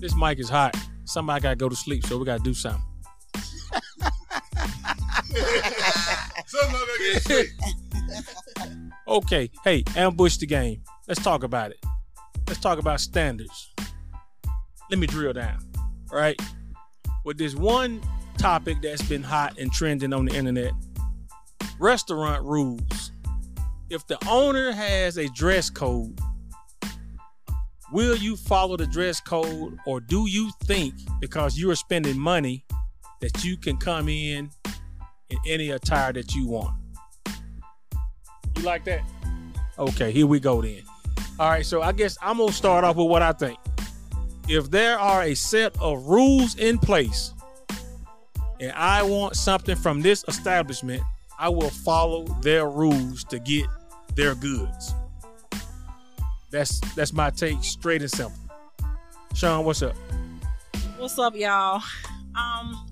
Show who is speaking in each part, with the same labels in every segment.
Speaker 1: This mic is hot. Somebody gotta go to sleep, so we gotta do something.
Speaker 2: Something like that gets straight.
Speaker 1: Okay, hey, ambush the game. Let's talk about it. Let's talk about standards. Let me drill down, right? With this one topic that's been hot and trending on the internet restaurant rules. If the owner has a dress code, will you follow the dress code or do you think because you are spending money that you can come in in any attire that you want? You like that? Okay, here we go then. All right, so I guess I'm gonna start off with what I think. If there are a set of rules in place and I want something from this establishment, I will follow their rules to get their goods. That's that's my take, straight and simple. Sean, what's up?
Speaker 3: What's up, y'all? Um,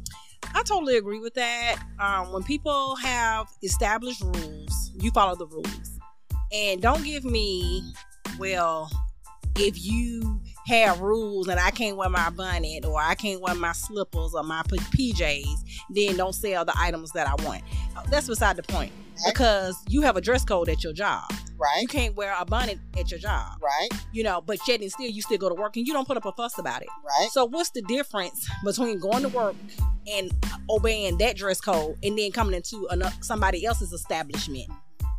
Speaker 3: I totally agree with that. Um, when people have established rules, you follow the rules. And don't give me, well, if you have rules and I can't wear my bonnet or I can't wear my slippers or my p- PJs, then don't sell the items that I want. That's beside the point because you have a dress code at your job.
Speaker 4: Right,
Speaker 3: You can't wear a bonnet at your job,
Speaker 4: right,
Speaker 3: you know, but yet and still you still go to work and you don't put up a fuss about it.
Speaker 4: right.
Speaker 3: So what's the difference between going to work and obeying that dress code and then coming into ano- somebody else's establishment?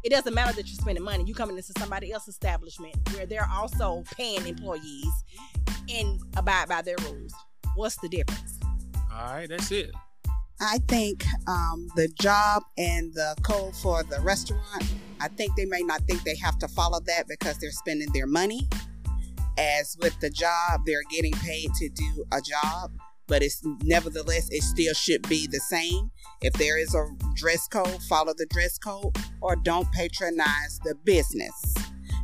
Speaker 3: It doesn't matter that you're spending money. You coming into somebody else's establishment where they're also paying employees and abide by their rules. What's the difference?
Speaker 1: All right, that's it.
Speaker 4: I think um, the job and the code for the restaurant, I think they may not think they have to follow that because they're spending their money. As with the job, they're getting paid to do a job, but it's nevertheless, it still should be the same. If there is a dress code, follow the dress code or don't patronize the business.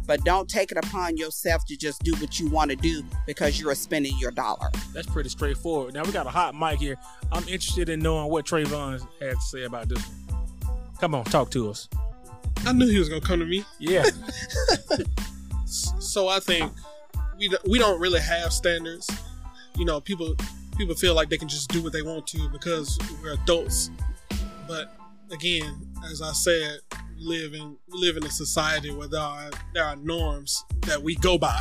Speaker 4: But don't take it upon yourself to just do what you want to do because you are spending your dollar.
Speaker 1: That's pretty straightforward. Now we got a hot mic here. I'm interested in knowing what Trayvon had to say about this one. Come on, talk to us.
Speaker 2: I knew he was gonna come to me.
Speaker 1: Yeah.
Speaker 2: So I think we d- we don't really have standards. You know, people people feel like they can just do what they want to because we're adults. But again, as I said, we live in we live in a society where there are there are norms that we go by.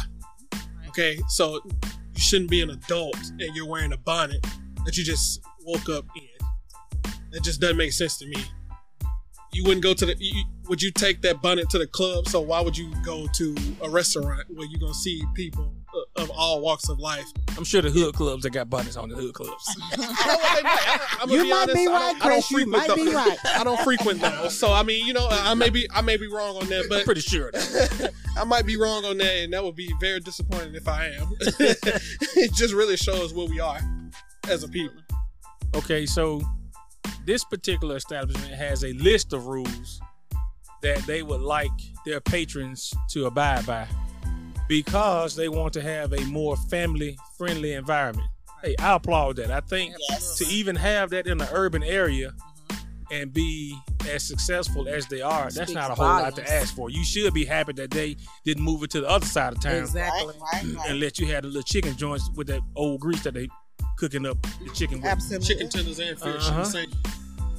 Speaker 2: Okay, so you shouldn't be an adult and you're wearing a bonnet that you just woke up in. That just doesn't make sense to me. you wouldn't go to the you, would you take that bonnet to the club so why would you go to a restaurant where you're gonna see people o- of all walks of life
Speaker 1: I'm sure the hood clubs that got buttons on the hood clubs.
Speaker 2: I know what they might. I, I'm gonna
Speaker 4: You
Speaker 2: be
Speaker 4: might
Speaker 2: honest,
Speaker 4: be
Speaker 2: I
Speaker 4: right,
Speaker 2: don't- I don't
Speaker 4: Chris. You
Speaker 2: frequent
Speaker 4: might be
Speaker 2: those.
Speaker 4: right.
Speaker 2: I don't frequent those so i mean you know i may be i may be wrong on that
Speaker 1: I'm
Speaker 2: but
Speaker 1: pretty sure. of that.
Speaker 2: i might be wrong on that and that would be very disappointing if i am it just really shows what we are as a people
Speaker 1: Okay, so this particular establishment has a list of rules that they would like their patrons to abide by because they want to have a more family friendly environment. Hey, I applaud that. I think
Speaker 4: Yes.
Speaker 1: to even have that in an urban area and be as successful as they are, that's
Speaker 3: Speaks
Speaker 1: not a whole lot to
Speaker 3: volumes.
Speaker 1: ask for. You should be happy that they didn't move it to the other side of town
Speaker 4: Right,
Speaker 3: Exactly.
Speaker 4: right, right.
Speaker 1: and let you have the little chicken joints with that old grease that they cooking up the chicken with.
Speaker 4: Absolutely.
Speaker 2: chicken tenders and fish
Speaker 1: Uh-huh.
Speaker 2: Same.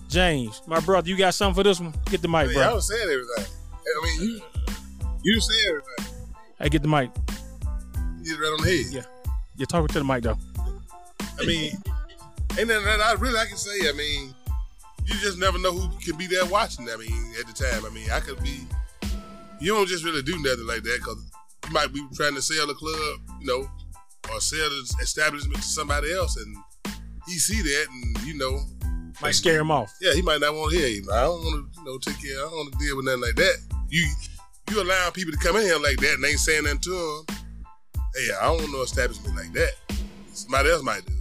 Speaker 1: James, my brother, you got something for this one? Get the
Speaker 2: I
Speaker 1: mic,
Speaker 2: mean,
Speaker 1: bro.
Speaker 2: I was saying everything. I mean, you you said everything.
Speaker 1: Hey, get the mic.
Speaker 2: You hit it right on the head.
Speaker 1: You're talking to the mic though.
Speaker 2: I mean, ain't nothing that I really I can say. I mean, you just never know who can be there watching. I mean, at the time. I mean, I could be. You don't just really do nothing like that because you might be trying to sell the club, you know, or sell the establishment to somebody else, and he see that, and you know,
Speaker 1: Might scare him off.
Speaker 2: yeah, he might not want to hear you. I don't want to, you know, take care. I don't want to deal with nothing like that. You you allowing people to come in here like that and ain't saying nothing to them. Hey, I don't want no establishment like that. Somebody else might do. it.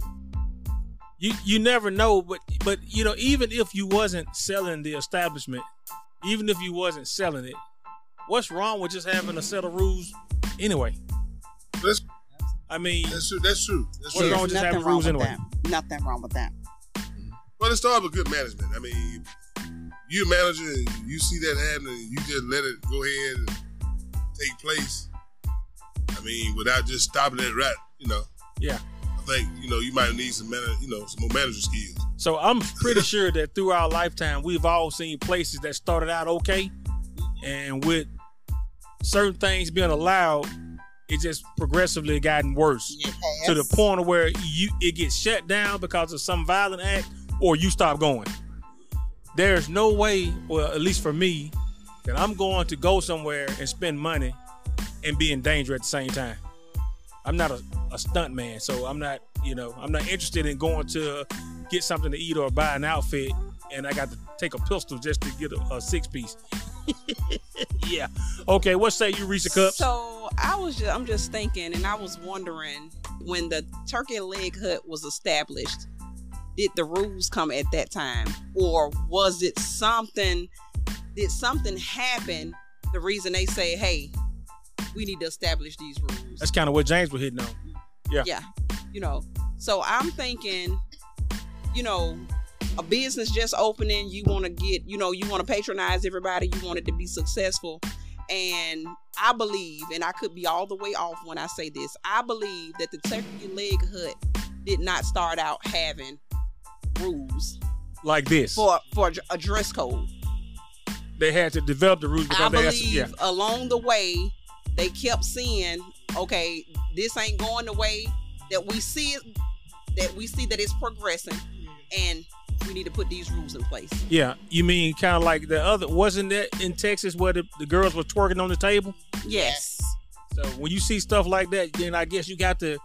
Speaker 1: You you never know, but but you know, even if you wasn't selling the establishment, even if you wasn't selling it, what's wrong with just having a set of rules anyway?
Speaker 2: That's-
Speaker 1: I mean,
Speaker 2: That's true. That's true. That's
Speaker 1: What's
Speaker 2: true.
Speaker 4: There's
Speaker 1: wrong with just
Speaker 4: nothing
Speaker 1: having
Speaker 4: wrong
Speaker 1: rules
Speaker 4: with
Speaker 1: anyway?
Speaker 4: that. Nothing wrong with that.
Speaker 2: Well, it starts with good management. I mean, you a manager and you see that happening, and you just let it go ahead and take place. I mean, without just stopping it right, you know.
Speaker 1: Yeah.
Speaker 5: I think you know you might need some man, you know some more manager skills.
Speaker 1: So I'm pretty sure that through our lifetime, we've all seen places that started out okay, and with certain things being allowed, it just progressively gotten worse
Speaker 4: You pass.
Speaker 1: to the point where you it gets shut down because of some violent act, or you stop going. There's no way, well, at least for me, that I'm going to go somewhere and spend money and be in danger at the same time. I'm not a, a stunt man, so I'm not, you know, I'm not interested in going to get something to eat or buy an outfit and I got to take a pistol just to get a, a six piece. yeah. Okay, what say you, Reese Cups?
Speaker 3: So I was just, I'm just thinking, and I was wondering when the turkey and leg hut was established, did the rules come at that time, or was it something? Did something happen? The reason they say, hey, we need to establish these rules.
Speaker 1: That's kind of what James was hitting on.
Speaker 3: you know. So I'm thinking, you know, a business just opening, you want to get, you know, you want to patronize everybody, you want it to be successful. And I believe, and I could be all the way off when I say this, I believe that the turkey leg hut did not start out having rules
Speaker 1: Like this.
Speaker 3: for for a dress code.
Speaker 1: they had to develop the rules because
Speaker 3: I
Speaker 1: they had
Speaker 3: believe
Speaker 1: to, yeah.
Speaker 3: along the way they kept seeing, okay, this ain't going the way that we see it, that we see that it's progressing, and we need to put these rules in place.
Speaker 1: Yeah, you mean kind of like the other? Wasn't that in Texas where the, the girls were twerking on the table?
Speaker 3: Yes,
Speaker 1: So when you see stuff like that, then I guess you got to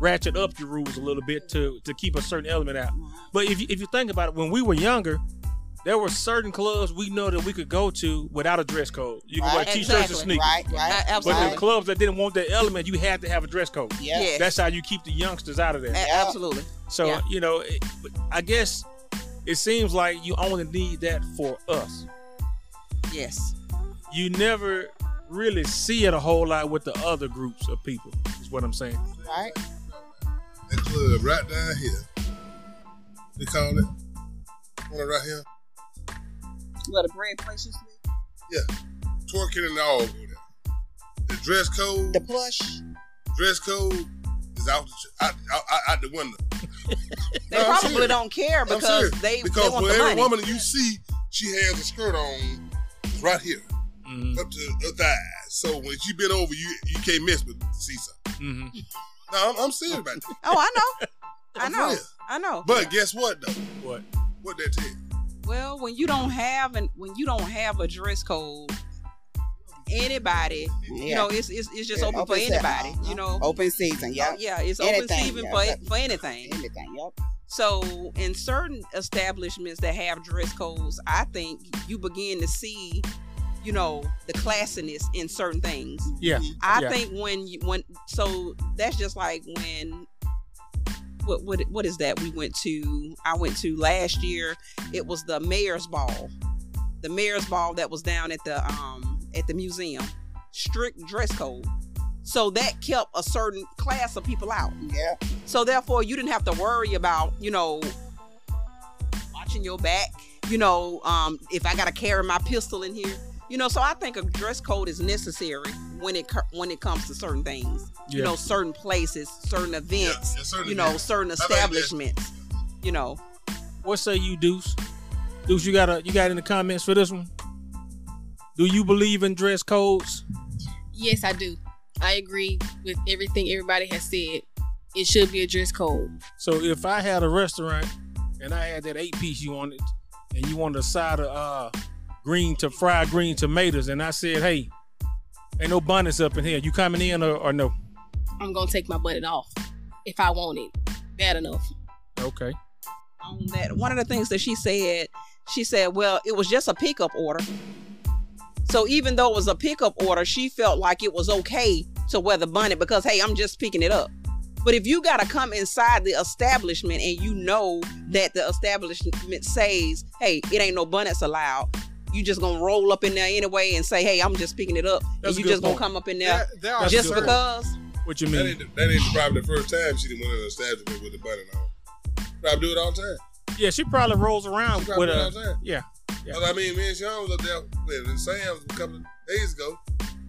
Speaker 1: ratchet up your rules a little bit to to keep a certain element out. But if you, if you think about it, when we were younger, there were certain clubs we know that we could go to without a dress code. You could wear
Speaker 4: Right.
Speaker 1: t-shirts
Speaker 3: Exactly.
Speaker 1: and sneakers.
Speaker 4: Right, right.
Speaker 3: A-
Speaker 1: But
Speaker 3: absolutely,
Speaker 1: the clubs that didn't want that element, you had to have a dress code.
Speaker 4: Yeah.
Speaker 3: Yes.
Speaker 1: That's how you keep the youngsters out of there.
Speaker 3: A-
Speaker 4: Yeah.
Speaker 3: absolutely.
Speaker 1: So
Speaker 3: Yeah.
Speaker 1: you know, it, but I guess it seems like you only need that for us.
Speaker 3: Yes,
Speaker 1: You never really see it a whole lot with the other groups of people. Is what I'm saying.
Speaker 4: Right.
Speaker 5: That club right down here, they call it one right here,
Speaker 3: well, the bread place you
Speaker 5: twerking and all go down. The dress code,
Speaker 4: The plush.
Speaker 5: dress code is out the, out, out, out the window.
Speaker 3: They
Speaker 5: No, I'm
Speaker 3: probably
Speaker 5: serious.
Speaker 3: don't care
Speaker 5: I'm
Speaker 3: because
Speaker 5: serious.
Speaker 3: they
Speaker 5: because
Speaker 3: they want
Speaker 5: for
Speaker 3: the
Speaker 5: every
Speaker 3: money.
Speaker 5: woman you see, she has a skirt on it's right here
Speaker 1: Mm-hmm.
Speaker 5: up to her thighs. So when she bent over, you you can't miss but see something.
Speaker 1: Mm-hmm.
Speaker 5: No, I'm, I'm serious about that.
Speaker 3: Oh, I know, I
Speaker 5: I'm
Speaker 3: know,
Speaker 5: real.
Speaker 3: I know.
Speaker 5: But guess what though?
Speaker 1: What?
Speaker 5: What that tell you?
Speaker 3: Well, when you don't have an when you don't have a dress code, anybody, you
Speaker 4: Yeah.
Speaker 3: know, it's it's, it's just
Speaker 4: Yeah,
Speaker 3: open, Uh-huh. for
Speaker 4: open season.
Speaker 3: anybody, you know.
Speaker 4: Open season.
Speaker 3: Yeah,
Speaker 4: Yep.
Speaker 3: yeah, it's
Speaker 4: uh-huh. Oh, Anything,
Speaker 3: open season
Speaker 4: yeah,
Speaker 3: for
Speaker 4: that-
Speaker 3: for anything.
Speaker 4: Anything. Yep.
Speaker 3: So in certain establishments that have dress codes, I think you begin to see, you know, the classiness in certain things.
Speaker 1: Yeah.
Speaker 4: Mm-hmm.
Speaker 3: I
Speaker 1: Yeah.
Speaker 3: think when you when so that's just like when what what what is that we went to I went to last year. It was the mayor's ball. The mayor's ball that was down at the um at the museum. Strict dress code. So that kept a certain class of people out.
Speaker 4: Yeah.
Speaker 3: So therefore, you didn't have to worry about, you know, watching your back. You know, um, if I gotta carry my pistol in here, you know. So I think a dress code is necessary when it cur- when it comes to certain things. You
Speaker 1: Yeah.
Speaker 3: know, certain places, certain events.
Speaker 5: yes, sir,
Speaker 3: you know,
Speaker 5: yeah.
Speaker 3: certain
Speaker 5: think that-
Speaker 3: establishments. You know,
Speaker 1: What say you, Deuce? Deuce, you got a you got in the comments for this one. Do you believe in dress codes?
Speaker 6: Yes, I do. I agree with everything everybody has said. It should be a dress code.
Speaker 1: So if I had a restaurant and I had that eight piece you wanted, and you wanted a side of uh, green to fried green tomatoes, and I said, "Hey, ain't no bonnets up in here. You coming in or, or no?"
Speaker 6: I'm gonna take my button off if I want it bad enough.
Speaker 1: Okay.
Speaker 3: on that, one of the things that she said, she said, well, it was just a pickup order. So even though it was a pickup order, she felt like it was okay to wear the bonnet because, hey, I'm just picking it up. But if you got to come inside the establishment and you know that the establishment says, hey, it ain't no bonnets allowed, you just going to roll up in there anyway and say, hey, I'm just picking it up.
Speaker 1: That's a
Speaker 3: and you
Speaker 1: good
Speaker 3: just going
Speaker 1: point.
Speaker 3: to come up in there
Speaker 2: There, there are
Speaker 1: That's
Speaker 3: just
Speaker 1: a good
Speaker 2: certain-
Speaker 3: because.
Speaker 1: What you
Speaker 5: That
Speaker 1: mean?
Speaker 5: ain't, the- that ain't probably the first time she didn't went in an establishment with the button on. Probably do it all the time.
Speaker 1: Yeah, she probably rolls around
Speaker 5: She probably
Speaker 1: with
Speaker 5: do it all
Speaker 1: a
Speaker 5: the time.
Speaker 1: yeah. Yeah.
Speaker 5: But I mean, me and Sean was up there with it, and Sam's a couple of days ago.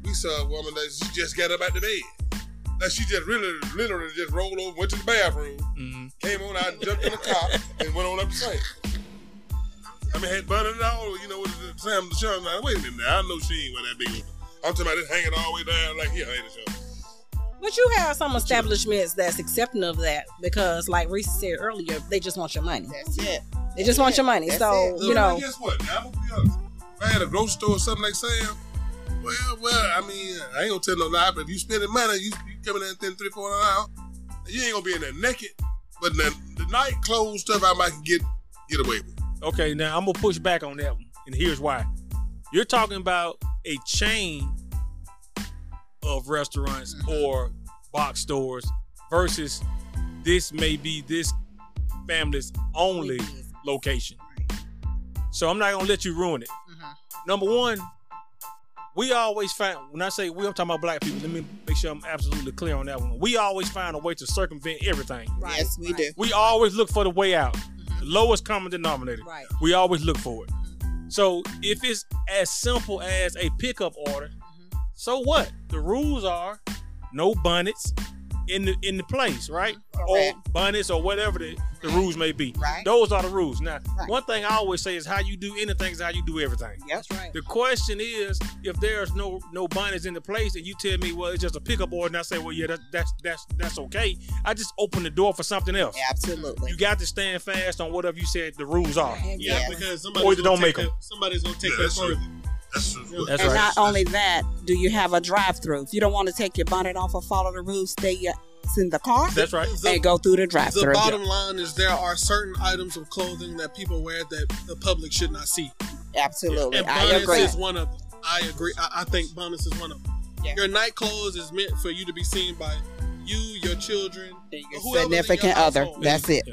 Speaker 5: We saw a woman that she just got up out the bed. Now she just really, literally just rolled over, went to the bathroom,
Speaker 1: Mhm.
Speaker 5: came on out, jumped in the car, and went on up the sink. I mean, had bun it all, you know, with the Sam the Sean. Now, wait a minute, now, I know she ain't wear that big. one. I'm talking about it hanging all the way down like here, ain't it,
Speaker 7: But you have some establishments that's accepting of that because, like Reese said earlier, they just want your money.
Speaker 4: That's it.
Speaker 7: They just want your money.
Speaker 4: That's
Speaker 7: so
Speaker 5: Look,
Speaker 7: you know,
Speaker 5: man, guess what? Now, I'm gonna be honest. If I had a grocery store or something like Sam, well, well, I mean, I ain't gonna tell no lie, but if you spending money, you, you coming in thin three, four hundred hours, you ain't gonna be in there naked. But the, the night clothes stuff, I might can get get away with.
Speaker 1: Okay, now I'm gonna push back on that one, and here's why. You're talking about a chain of restaurants
Speaker 5: Mm-hmm.
Speaker 1: or box stores versus this may be this family's only location. So I'm not gonna let you ruin it.
Speaker 5: Mm-hmm.
Speaker 1: Number one, we always find when I say we, I'm talking about black people. Let me make sure I'm absolutely clear on that one. We always find a way to circumvent everything.
Speaker 7: Right,
Speaker 4: yes, we
Speaker 7: right,
Speaker 4: do.
Speaker 1: We always look for the way out,
Speaker 4: Mm-hmm.
Speaker 1: the lowest common denominator.
Speaker 7: Right.
Speaker 1: We always look for it.
Speaker 4: Mm-hmm.
Speaker 1: So if it's as simple as a pickup order,
Speaker 4: Mm-hmm.
Speaker 1: so what? The rules are no bonnets in the in the place, right?
Speaker 4: Correct.
Speaker 1: Or bonnets or whatever the, the rules may be.
Speaker 4: Right.
Speaker 1: Those are the rules. Now,
Speaker 4: Right.
Speaker 1: one thing I always say is how you do anything is how you do everything.
Speaker 4: Yep.
Speaker 7: That's right.
Speaker 1: The question is, if there's no no bonnets in the place, and you tell me, well, it's just a pickup order, and I say, well, yeah, that, that's that's that's okay. I just open the door for something else.
Speaker 4: Absolutely.
Speaker 1: You got to stand fast on whatever you said the rules are.
Speaker 2: Yeah,
Speaker 4: Yeah.
Speaker 2: because
Speaker 1: Or
Speaker 2: somebody's
Speaker 1: they
Speaker 2: gonna
Speaker 1: don't make
Speaker 2: take
Speaker 1: 'em.
Speaker 2: that- Somebody's gonna take
Speaker 5: Yeah,
Speaker 2: that
Speaker 5: that's true.
Speaker 2: further.
Speaker 5: That's just what.
Speaker 1: That's
Speaker 4: and
Speaker 1: right.
Speaker 4: not only that, do you have a drive-through? If you don't want to take your bonnet off or follow the rules, stay uh, in the car
Speaker 1: That's right.
Speaker 2: The-
Speaker 4: and go through the
Speaker 2: The
Speaker 4: drive-through.
Speaker 2: bottom line is there are certain items of clothing that people wear that the public should not see.
Speaker 4: Absolutely,
Speaker 2: And
Speaker 4: I
Speaker 2: bonnets
Speaker 4: agree.
Speaker 2: is one of them. I agree. I, I think bonnets is one of them.
Speaker 4: Yeah.
Speaker 2: Your night clothes is meant for you to be seen by you, your children,
Speaker 4: Your
Speaker 2: whoever's in your
Speaker 4: significant other.
Speaker 2: household.
Speaker 4: That's it.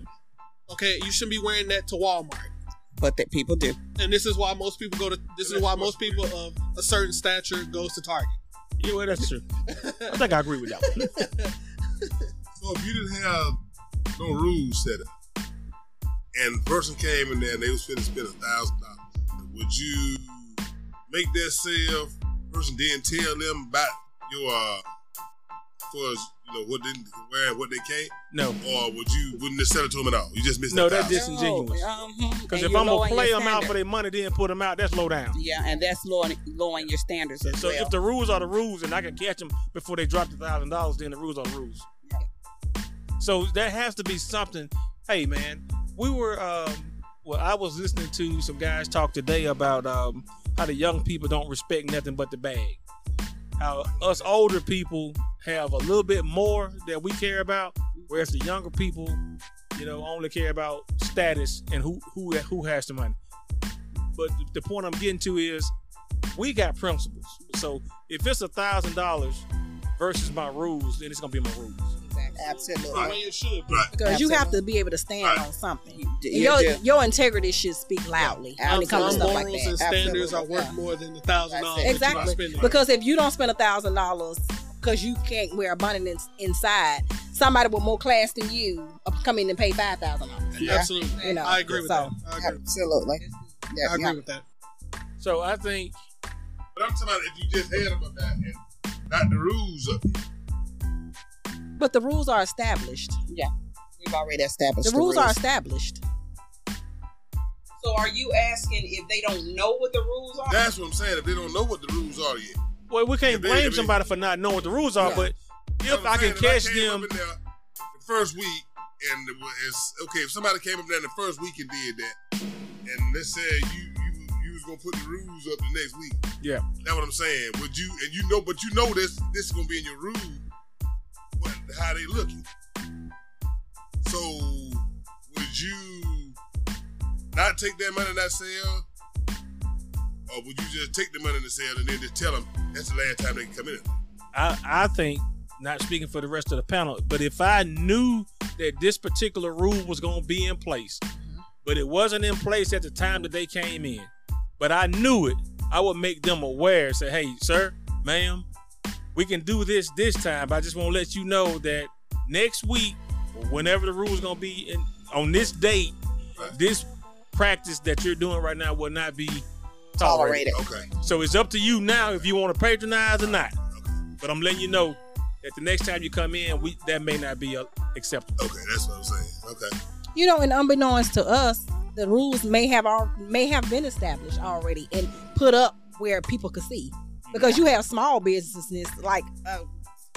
Speaker 2: Okay, you shouldn't be wearing that to Walmart.
Speaker 4: But that people do.
Speaker 2: And this is why most people go to. This is why most people of a certain stature goes to Target.
Speaker 1: Yeah, well, that's true. I think I agree with that. One.
Speaker 5: So if you didn't have no rules set up, and the person came in there and they was finna spend a thousand dollars, would you make that sale? Person then tell them about your uh, for you know what they can wear and what they can't,
Speaker 1: No,
Speaker 5: or would you wouldn't just sell it to them at all? You just missed
Speaker 1: No,
Speaker 5: that.
Speaker 1: that
Speaker 5: thousand.
Speaker 7: Oh,
Speaker 1: Disingenuous.
Speaker 7: um,
Speaker 1: because
Speaker 7: hmm,
Speaker 4: Because
Speaker 1: if I'm gonna play them out for their money, then put them out, that's low down.
Speaker 4: yeah, and that's lowering, lowering your standards as
Speaker 1: So
Speaker 4: well.
Speaker 1: if the rules are the rules, and I can catch them before they drop the thousand dollars, then the rules are the rules. So there has to be something. Hey, man, we were. Um, well, I was listening to some guys talk today about um, how the young people don't respect nothing but the bag. How us older people have a little bit more that we care about, whereas the younger people, you know, only care about status and who who who has the money. But the point I'm getting to is we got principles. So if it's a thousand dollars versus my rules, then it's gonna be my rules.
Speaker 4: Absolutely.
Speaker 2: The way it should be.
Speaker 5: Right.
Speaker 7: Because you have to
Speaker 4: Absolutely.
Speaker 7: be able to stand
Speaker 5: Right.
Speaker 7: on something.
Speaker 4: You do- you
Speaker 7: Your,
Speaker 4: do.
Speaker 7: your integrity should speak loudly when it comes
Speaker 2: Our
Speaker 7: to
Speaker 4: Absolutely.
Speaker 7: stuff
Speaker 2: morals
Speaker 7: like
Speaker 2: and
Speaker 7: that.
Speaker 2: standards are
Speaker 4: Absolutely.
Speaker 2: worth
Speaker 4: Yeah.
Speaker 2: more than the thousand dollars.
Speaker 4: That's it.
Speaker 2: that you are
Speaker 7: Exactly.
Speaker 2: spending.
Speaker 7: Because if you don't spend a thousand dollars because you can't wear a bonnet in, inside, somebody with more class than you uh, come in and pay five thousand dollars.
Speaker 4: Yeah.
Speaker 2: Absolutely.
Speaker 7: You know,
Speaker 2: I agree with
Speaker 7: so-
Speaker 2: that. I agree,
Speaker 4: Absolutely. Yeah,
Speaker 2: I agree
Speaker 4: yeah.
Speaker 2: with that.
Speaker 1: So I think
Speaker 5: But I'm talking about if you just had them about that and not the rules of it.
Speaker 7: But the rules are established.
Speaker 4: We've already established
Speaker 7: The rules are established.
Speaker 3: So are you asking if they don't know what the rules are?
Speaker 5: That's what I'm saying. If they don't know what the rules are yet,
Speaker 1: well we can't
Speaker 5: If they-
Speaker 1: blame
Speaker 5: if they-
Speaker 1: somebody for not knowing what the rules are,
Speaker 4: Yeah.
Speaker 1: but if
Speaker 5: I'm
Speaker 1: I
Speaker 5: saying,
Speaker 1: can catch
Speaker 5: came
Speaker 1: them,
Speaker 5: up in there the first week, and it was- it's okay if somebody came up there the first week and did that, and let's say you you you was gonna put the rules up the next week.
Speaker 1: Yeah.
Speaker 5: that's what I'm saying. Would you and you know, but you know this this is gonna be in your rule, what how they looking. So would you not take that money and not sell? Or would you just take the money and sell and then just tell them that's the last time they can come in?
Speaker 1: I, I think not speaking for the rest of the panel, but if I knew that this particular rule was gonna be in place, but it wasn't in place at the time that they came in, but I knew it, I would make them aware and say, hey, sir, ma'am, we can do this this time. But I just want to let you know that next week, or whenever the rule's gonna be in, on this date,
Speaker 5: Right.
Speaker 1: this practice that you're doing right now will not be tolerated.
Speaker 4: tolerated.
Speaker 5: Okay.
Speaker 1: So it's up to you now if you want to patronize or not. But I'm letting you know that the next time you come in, we that may not be uh, acceptable.
Speaker 5: Okay, that's what I'm saying. Okay.
Speaker 7: you know, and unbeknownst to us, the rules may have all may have been established already and put up where people could see. Because you have small businesses like uh,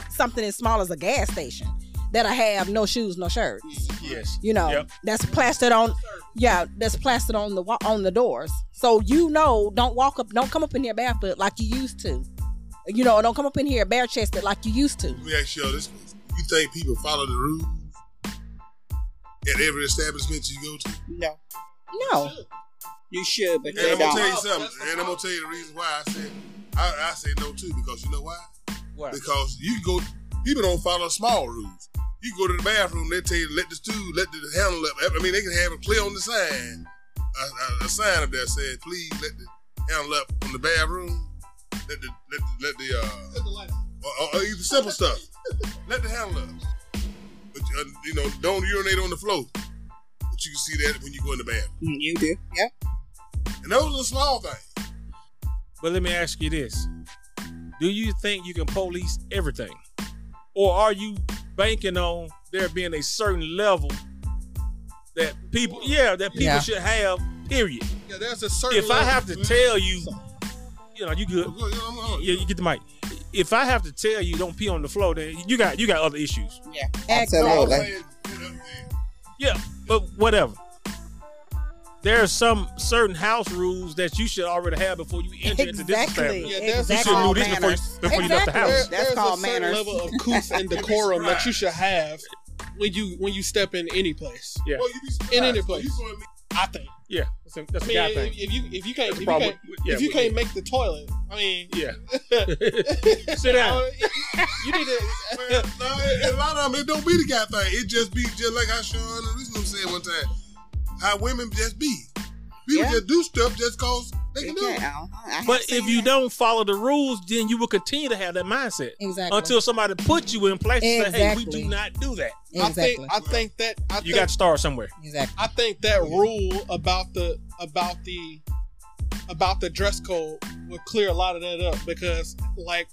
Speaker 7: something as small as a gas station that'll have no shoes, no shirts.
Speaker 1: Yes.
Speaker 7: You know,
Speaker 1: Yep.
Speaker 7: that's plastered on. Yeah, that's plastered on the wa- on the doors. So you know, don't walk up, don't come up in here barefoot like you used to. You know, don't come up in here bare chested like you used to.
Speaker 5: Let me ask y'all this question. You think people follow the rules at every establishment you go to?
Speaker 4: No.
Speaker 7: No,
Speaker 3: You should, but
Speaker 5: And I'm gonna tell you something. And I'm gonna tell you the reason why I said I, I say no too because you know why?
Speaker 1: Why?
Speaker 5: Because you go people don't follow small rules. You go to the bathroom, they tell you let the stool, let the handle up. I mean, they can have it clear on the sign, a, a, a sign up there said, "Please let the handle up on the bathroom." Let the let the, let the uh, or, or, or either simple stuff. Let the handle up. But uh, you know, don't urinate on the floor. But you can see that when you go in the bathroom,
Speaker 4: Mm, You do. Yeah.
Speaker 5: and those are the small things.
Speaker 1: But let me ask you this: Do you think you can police everything, or are you banking on there being a certain level that people, yeah, that people
Speaker 3: Yeah.
Speaker 1: should have? Period.
Speaker 2: Yeah, there's a certain.
Speaker 1: If I
Speaker 2: level-
Speaker 1: have to tell you, you know, you good. Yeah, you get the mic. If I have to tell you don't pee on the floor, then you got you got other issues.
Speaker 4: Yeah.
Speaker 5: No, I'm
Speaker 4: Absolutely.
Speaker 5: saying, you know, yeah.
Speaker 1: Yeah, but whatever. There are some certain house rules that you should already have before you enter into this
Speaker 4: Exactly.
Speaker 1: family.
Speaker 2: Yeah, that's-
Speaker 1: You
Speaker 2: That's
Speaker 1: should know
Speaker 4: called
Speaker 1: this before you,
Speaker 4: manners.
Speaker 1: before you left the
Speaker 7: Exactly.
Speaker 1: house.
Speaker 4: That's
Speaker 2: there's
Speaker 4: called
Speaker 2: a certain
Speaker 4: manners.
Speaker 2: level of couth and decorum that you should have when you when you step in any place.
Speaker 1: Yeah.
Speaker 5: Well, you be surprised.
Speaker 2: In any place.
Speaker 5: You gonna be-
Speaker 2: I think.
Speaker 1: Yeah, that's a, that's
Speaker 2: I
Speaker 1: a
Speaker 2: mean,
Speaker 1: guy
Speaker 2: if,
Speaker 1: thing.
Speaker 2: if you if you can't
Speaker 1: That's
Speaker 2: if
Speaker 1: a
Speaker 2: you
Speaker 1: problem
Speaker 2: can't,
Speaker 1: with- yeah,
Speaker 2: if you
Speaker 1: with-
Speaker 2: can't make the toilet, I mean,
Speaker 1: yeah. Sit down.
Speaker 2: you need
Speaker 5: Man,
Speaker 2: to.
Speaker 5: nah, it- a lot of them, it don't be the guy thing. It just be just like how Sean and Reason said one time. How women just be. People
Speaker 4: Yeah.
Speaker 5: just do stuff just cause they can do
Speaker 4: Okay,
Speaker 5: it.
Speaker 4: uh-huh. I have
Speaker 1: But
Speaker 4: seen
Speaker 1: if you
Speaker 4: that.
Speaker 1: don't follow the rules, then you will continue to have that mindset
Speaker 7: exactly.
Speaker 1: until somebody puts you in place and say, "Hey, we
Speaker 7: Exactly.
Speaker 1: do not do that."
Speaker 2: I
Speaker 7: exactly.
Speaker 2: think I think that I
Speaker 1: You
Speaker 2: think,
Speaker 1: got to start somewhere.
Speaker 7: exactly.
Speaker 2: I think that rule about the about the about the dress code would clear a lot of that up because like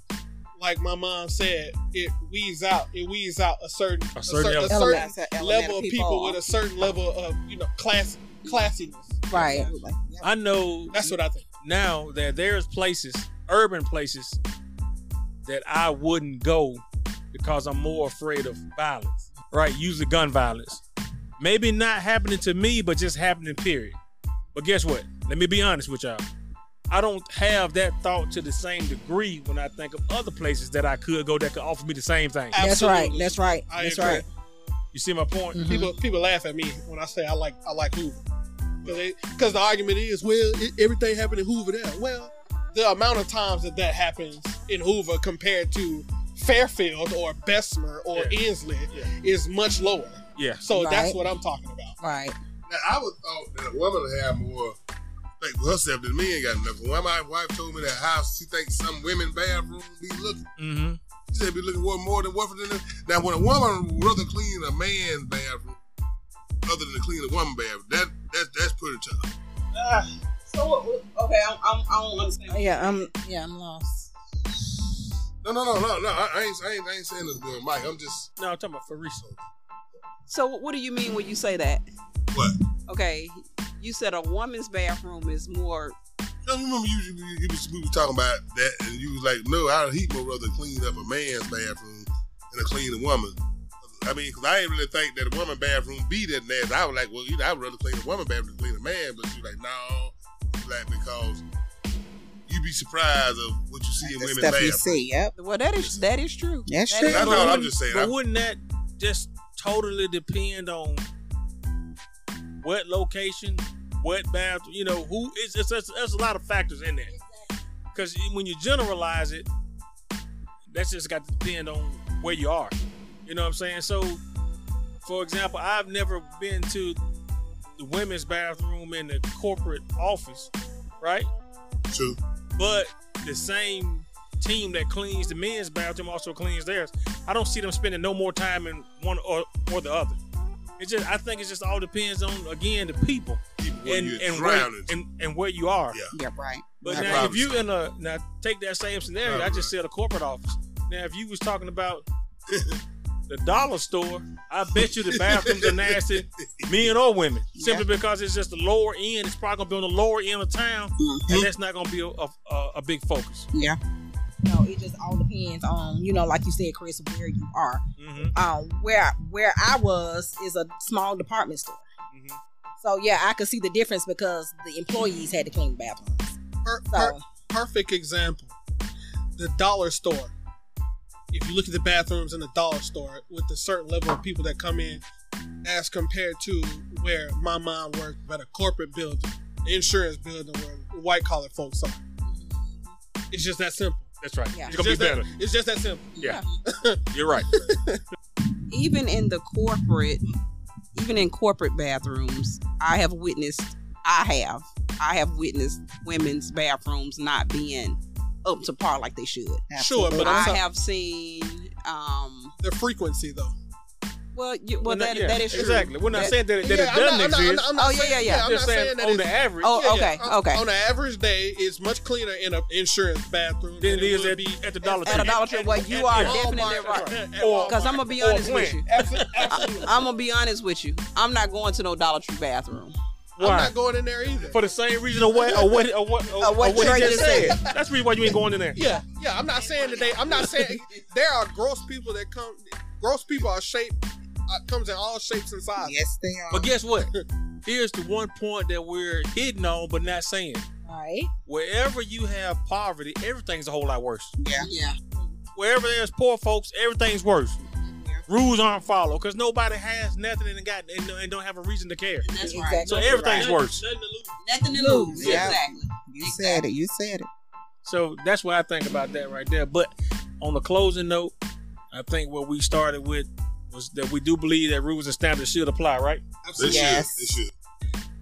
Speaker 2: like my mom said, it weeds out it weeds out a certain
Speaker 1: A certain
Speaker 2: cer-
Speaker 1: element.
Speaker 2: certain
Speaker 4: That's an element
Speaker 2: level of people with a certain level of you know class classiness.
Speaker 7: Right.
Speaker 4: Absolutely. Yep.
Speaker 1: I know
Speaker 2: That's what I think.
Speaker 1: now that there's places, urban places, that I wouldn't go because I'm more afraid of violence, right? Usually gun violence. Maybe not happening to me, but just happening, period. But guess what? Let me be honest with y'all. I don't have that thought to the same degree when I think of other places that I could go that could offer me the same thing.
Speaker 7: That's right.
Speaker 2: Absolutely.
Speaker 7: That's right.
Speaker 2: I
Speaker 7: That's
Speaker 2: agree.
Speaker 7: right.
Speaker 1: You see my point?
Speaker 7: Mhm.
Speaker 2: People people laugh at me when I say I like I like Hoover because the argument is well it, everything happened in Hoover there. Well, the amount of times that that happens in Hoover compared to Fairfield or Bessemer or
Speaker 1: Yeah.
Speaker 2: Inslee
Speaker 1: Yeah.
Speaker 2: is much lower.
Speaker 1: Yeah.
Speaker 2: So that's
Speaker 7: Right.
Speaker 2: what I'm talking about.
Speaker 7: Right.
Speaker 5: Now, I would thought that a woman would have more like for herself than men got nothing. When my wife told me that how she thinks some women bathroom be looking,
Speaker 1: Mm-hmm.
Speaker 5: she said be looking for more than what than them. Now when a woman would rather clean a man's bathroom other than to clean a woman's bathroom, that that that's pretty tough.
Speaker 3: So what- what- okay, I'm, I'm, I don't understand.
Speaker 7: Yeah. I'm. Yeah. I'm lost.
Speaker 5: No, no, no, no, no. I, I ain't, I ain't, I ain't saying this to be on mic. I'm just
Speaker 1: No, I'm talking about for research.
Speaker 3: So what what do you mean when you say that?
Speaker 5: what.
Speaker 3: Okay, you said a woman's bathroom is more.
Speaker 5: I remember you, you, you, was, we was talking about that, and you was like, "No, I'd heat my rather clean up a man's bathroom than a clean a woman." I mean, 'cause I didn't really think that a woman bathroom be that nasty. I was like, "Well, you know, I'd rather clean a woman bathroom than clean a man," but you like, "No," you like because you be surprised of what you see in
Speaker 4: The
Speaker 5: women's
Speaker 4: stuff you
Speaker 5: bathrooms.
Speaker 4: see. Yep.
Speaker 3: Well, that is that is true.
Speaker 4: That's
Speaker 3: That
Speaker 4: true.
Speaker 3: is
Speaker 5: That's
Speaker 1: But
Speaker 5: all I'm
Speaker 1: wouldn't-
Speaker 5: just saying.
Speaker 1: But
Speaker 5: I,
Speaker 1: wouldn't that just totally depend on what location, what bathroom? You know, who is? It's, it's, there's a lot of factors in there. Because when you generalize it, that's just got to depend on where you are. You know what I'm saying? So, for example, I've never been to the women's bathroom in the corporate office, right?
Speaker 5: too.
Speaker 1: But the same team that cleans the men's bathroom also cleans theirs. I don't see them spending no more time in one or, or the other. It just I think it just all depends on again the people
Speaker 5: People when
Speaker 1: and
Speaker 5: you're
Speaker 1: and where,
Speaker 5: drowning.
Speaker 1: and, and where you are.
Speaker 5: Yeah.
Speaker 4: Yeah, right.
Speaker 1: But
Speaker 5: I
Speaker 4: Right.
Speaker 1: now if
Speaker 5: promise.
Speaker 1: you in a now take that same scenario, I just said a corporate office. Now if you was talking about The dollar store, I bet you the bathrooms are nasty, men or women, simply because it's just the lower end. It's probably gonna be on the lower end of town,
Speaker 2: Mm-hmm.
Speaker 1: and that's not gonna be a, a, a- a big focus.
Speaker 4: Yeah.
Speaker 7: No, it just all depends on you know, like you said, Chris, where you are.
Speaker 1: Mm-hmm.
Speaker 7: Um, where where I was is a small department store,
Speaker 3: Mm-hmm.
Speaker 1: Mhm.
Speaker 7: so yeah, I could see the difference because the employees had to clean the bathrooms.
Speaker 2: Per-
Speaker 7: So
Speaker 2: per- perfect example the dollar store if you look at the bathrooms in the dollar store with the certain level of people that come in as compared to where my mom worked at a corporate building insurance building where white collar folks are it's just that simple
Speaker 1: That's right.
Speaker 7: Yeah.
Speaker 1: It's gonna be
Speaker 2: just that-
Speaker 1: better.
Speaker 2: it's just that simple
Speaker 1: Yeah. You're right.
Speaker 3: even in the corporate, even in corporate bathrooms, I have witnessed. I have, I have witnessed women's bathrooms not being up to par like they should.
Speaker 2: sure but I'm
Speaker 3: I
Speaker 2: sorry,
Speaker 3: have seen. um
Speaker 2: the frequency though
Speaker 3: Well, you,
Speaker 1: We're
Speaker 3: well,
Speaker 1: not-
Speaker 3: that,
Speaker 1: yeah,
Speaker 3: that is true.
Speaker 1: Exactly. We're not
Speaker 3: That-
Speaker 1: saying that, that
Speaker 2: Yeah,
Speaker 1: it
Speaker 2: I'm
Speaker 1: doesn't
Speaker 2: not- I'm not-
Speaker 1: exist.
Speaker 2: I'm not
Speaker 3: Oh, yeah,
Speaker 2: saying-
Speaker 3: yeah, yeah.
Speaker 2: I'm
Speaker 1: just
Speaker 2: not
Speaker 1: saying,
Speaker 2: that
Speaker 1: on
Speaker 2: it's-
Speaker 1: the average,
Speaker 3: Oh,
Speaker 2: Yeah, yeah.
Speaker 3: okay,
Speaker 2: On-
Speaker 3: okay.
Speaker 2: On an average day, it's much cleaner in an insurance bathroom
Speaker 1: then it is
Speaker 2: would
Speaker 1: at,
Speaker 2: be
Speaker 1: at the dollar
Speaker 3: at
Speaker 1: Tree.
Speaker 3: a Dollar Tree. Well, you are
Speaker 1: yeah.
Speaker 3: definitely right.
Speaker 1: Or-
Speaker 3: Because I'm gonna be honest with you.
Speaker 2: Absolutely.
Speaker 3: I'm gonna be honest with you. I'm not going to no Dollar Tree bathroom.
Speaker 2: I'm
Speaker 1: Why?
Speaker 2: not going in there either.
Speaker 1: for the same reason of what of what of what, of,
Speaker 3: Of what
Speaker 1: of what he
Speaker 3: Trey
Speaker 1: just
Speaker 3: just
Speaker 1: said. That's the reason why you ain't going in there.
Speaker 2: yeah, yeah. I'm not saying today. I'm not saying there are gross people that come. Gross people are shaped. Uh, comes in all shapes and sizes.
Speaker 4: Yes, they are.
Speaker 1: But guess what? Here's the one point that we're hitting on but not saying.
Speaker 7: right,
Speaker 1: Wherever you have poverty, everything's a whole lot worse.
Speaker 4: Yeah.
Speaker 3: Yeah.
Speaker 1: Wherever there's poor folks, everything's worse. Rules aren't followed because nobody has nothing and got and, and don't have a reason to care.
Speaker 3: That's
Speaker 7: exactly.
Speaker 1: So everything's worse.
Speaker 3: Nothing
Speaker 4: to lose. Yeah.
Speaker 3: Exactly.
Speaker 4: You said it. You said it.
Speaker 1: So that's what I think about that right there. But on the closing note, I think what we started with was that we do believe that rules and standards should apply, right?
Speaker 5: They
Speaker 2: Absolutely.
Speaker 5: should.
Speaker 4: Yes.
Speaker 5: They should.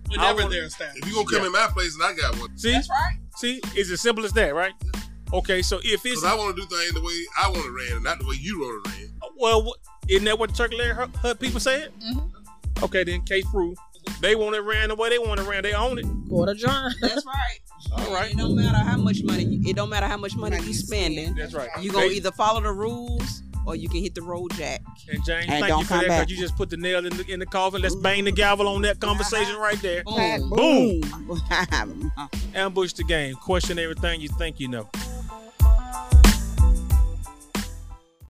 Speaker 2: Whenever
Speaker 1: I wanna-
Speaker 2: there's that.
Speaker 5: If you gonna come in my place and I got one,
Speaker 1: See?
Speaker 3: That's right.
Speaker 1: See, it's as simple as that, right? Okay, so if it's
Speaker 5: because I want to do things the way I want to ran, and not the way you want to ran.
Speaker 1: well, what- isn't that what the Turkey Lair Hut- Hut people said? Okay, then case proved. They want it ran the way they want it ran. They own it.
Speaker 7: court adjourned.
Speaker 3: That's right.
Speaker 1: All right,
Speaker 3: It don't matter how much money. you- It don't matter how much money
Speaker 4: Money
Speaker 3: you
Speaker 4: you spend.
Speaker 3: spending.
Speaker 1: that's right.
Speaker 3: You gonna
Speaker 1: They-
Speaker 3: either follow the rules or you can hit the road jack.
Speaker 1: And James,
Speaker 4: And
Speaker 1: thank
Speaker 4: don't
Speaker 1: you for
Speaker 4: come
Speaker 1: that
Speaker 4: back.
Speaker 1: because you just put the nail in the, in the coffin. Let's bang the gavel on that conversation right there.
Speaker 4: Pat,
Speaker 3: Boom.
Speaker 4: Boom. Boom.
Speaker 1: Ambush the game. Question everything you think you know.